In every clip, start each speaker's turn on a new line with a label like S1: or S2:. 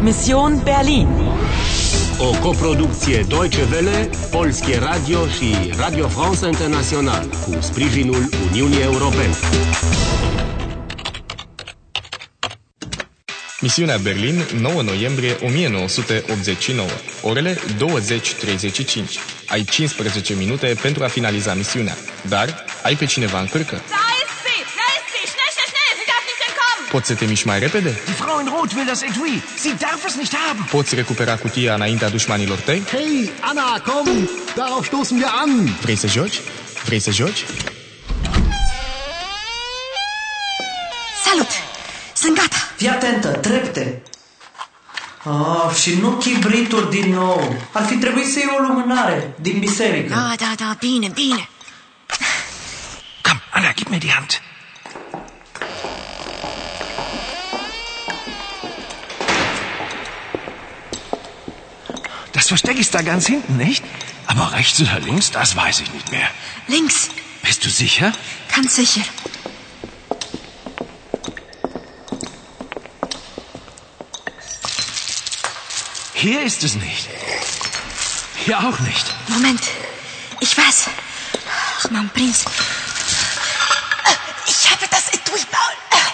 S1: Mission Berlin.
S2: O coproducție Deutsche Welle, Polskie Radio și Radio France International cu sprijinul Uniunii Europene.
S3: Misiunea Berlin, 9 noiembrie 1989, orele 20.35. Ai 15 minute pentru a finaliza misiunea, dar ai pe cineva în cârcă.
S4: Da ist sie! Da ist sie! Schnell, schnell, schnell! Sie darf nicht entkommen!
S3: Poți să te miști mai repede?
S5: Die Frau in Rot will das Etui. Sie darf es nicht haben.
S3: Poți recupera cutia înaintea dușmanilor tăi?
S6: Hey, Anna, komm! Darauf stoßen wir an!
S3: Vrei să joci? Vrei să joci?
S7: Salut! Sunt gata!
S8: Fii atentă, trepte. Ah, și nu chibrituri din nou. Ar fi trebuit să iei o lumânare din
S9: Ah.
S8: biserică.
S7: Da, da, da, bine, bine.
S5: Komm, Anna, gib mir die Hand. Das Versteck ist da ganz hinten, nicht? Aber rechts oder links, das weiß ich nicht mehr.
S7: Links,
S5: Bist du sicher?
S7: ganz sicher.
S5: Hier ist es nicht. Hier auch nicht.
S7: Moment, ich weiß. Ach, mein Prinz. Äh, Ich habe das Etui, Paul. Äh.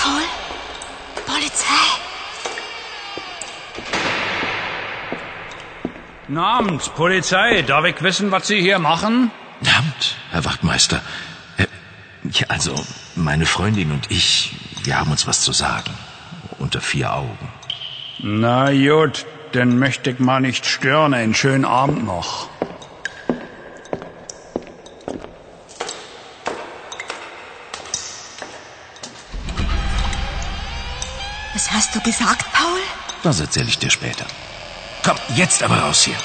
S7: Paul? Polizei?
S10: Guten Abend, Polizei. Darf ich wissen, was Sie hier machen?
S11: Verdammt, Herr Wachtmeister. Äh, Ja, also, meine Freundin und ich, wir haben uns was zu sagen. Unter vier Augen.
S10: Na gut, dann möchte ich mal nicht stören. Einen schönen Abend noch.
S7: Was hast du gesagt, Paul?
S11: Das erzähle ich dir später. Komm, jetzt aber raus hier.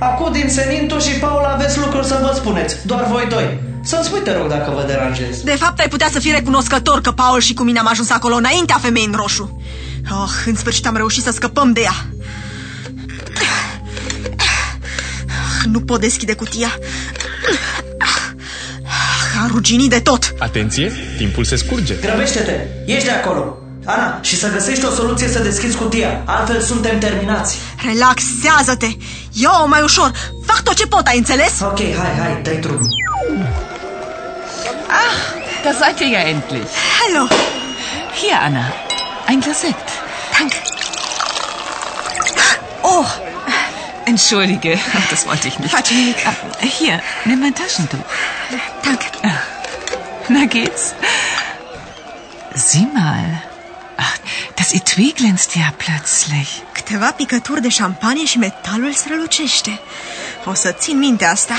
S8: Acum din Senintu și Paula aveți lucruri să vă spuneți. Doar voi doi. Să-mi spui, te rog, dacă vă deranjez.
S9: De fapt, ai putea să fii recunoscător că Paul și cu mine am ajuns acolo înaintea femeii în roșu. Oh, în sfârșit am reușit să scăpăm de ea. Ah, Nu pot deschide cutia. Ah, Am ruginit de tot.
S3: Atenție, timpul se scurge.
S8: Grăbește-te! Ești de acolo! Ana, și să găsești o soluție să deschizi cutia. Altfel suntem terminați.
S9: Relaxează-te. Ia-o mai ușor. Fac tot ce pot, ai înțeles?
S8: Ok, hai, hai, dai drumul.
S12: Da seid ihr ja endlich.
S9: Hello.
S12: Hier, Anna. Ein Glas Sekt.
S7: Danke.
S12: Oh, entschuldige, das wollte ich nicht. Ah,
S9: Hat Nick.
S12: Hier, nimm mein Taschentuch.
S7: Danke.
S12: Na geht's? Sieh mal. Ach, das Etui glänzt ja plötzlich.
S9: Câteva picături de șampanie și metalul strălucește. O să țin minte asta.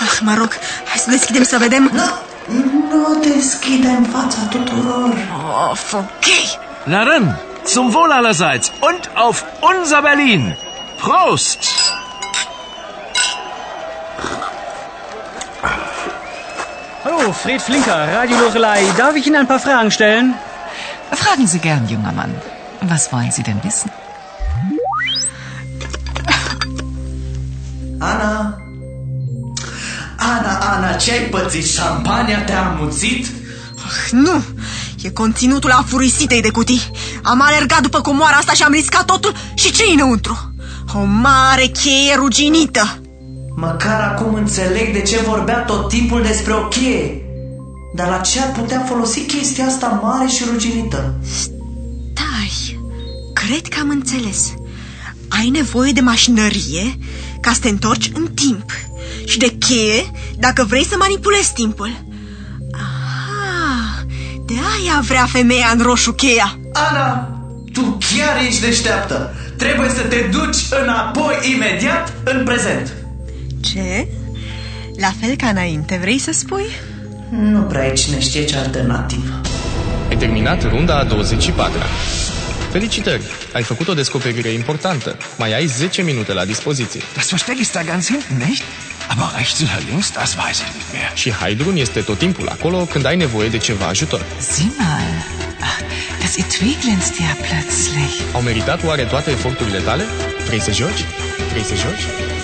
S9: Ah, mă rog, hai să deschidem să vedem.
S8: Nu deschide în fața tuturor.
S9: Of, ok.
S5: Na dann, zum Wohl allerseits und auf unser Berlin. Prost!
S13: Hallo, Fred Flinker, Radio Lorelei. Darf ich Ihnen ein paar Fragen stellen?
S12: Fragen Sie gern, junger Mann. Was wollen Sie denn wissen?
S8: Ana... Ana, Ana, ce ai pățit? Șampania te-a amuțit?
S9: Nu! E conținutul afurisitei de cutii. Am alergat după comoara asta și am riscat totul și ce înăuntru? O mare cheie ruginită.
S8: Măcar acum înțeleg de ce vorbea tot timpul despre o cheie. Dar la ce ar putea folosi chestia asta mare și ruginită?
S9: Stai, cred că am înțeles. Ai nevoie de mașinărie ca să te întorci în timp și de cheie dacă vrei să manipulezi timpul. Aha, de aia vrea femeia în roșu cheia.
S8: Ana, tu chiar ești deșteaptă. Trebuie să te duci înapoi imediat în prezent.
S9: Ce? La fel ca înainte, vrei să spui?
S8: Nu prea e cine știe ce alternativă.
S3: Ai terminat runda a 24-a. Felicitări! Ai făcut o descoperire importantă. Mai ai 10 minute la dispoziție.
S5: Das Versteck ist da ganz hinten, nicht? Aber rechts oder links, das weiß ich nicht mehr.
S3: Și Haidrun este tot timpul acolo când ai nevoie de ceva ajutor.
S12: Sieh mal. Ach, das Etui glänzt ja plötzlich.
S3: Au meritat oare toate eforturile tale? Vrei să joci? Vrei să joci?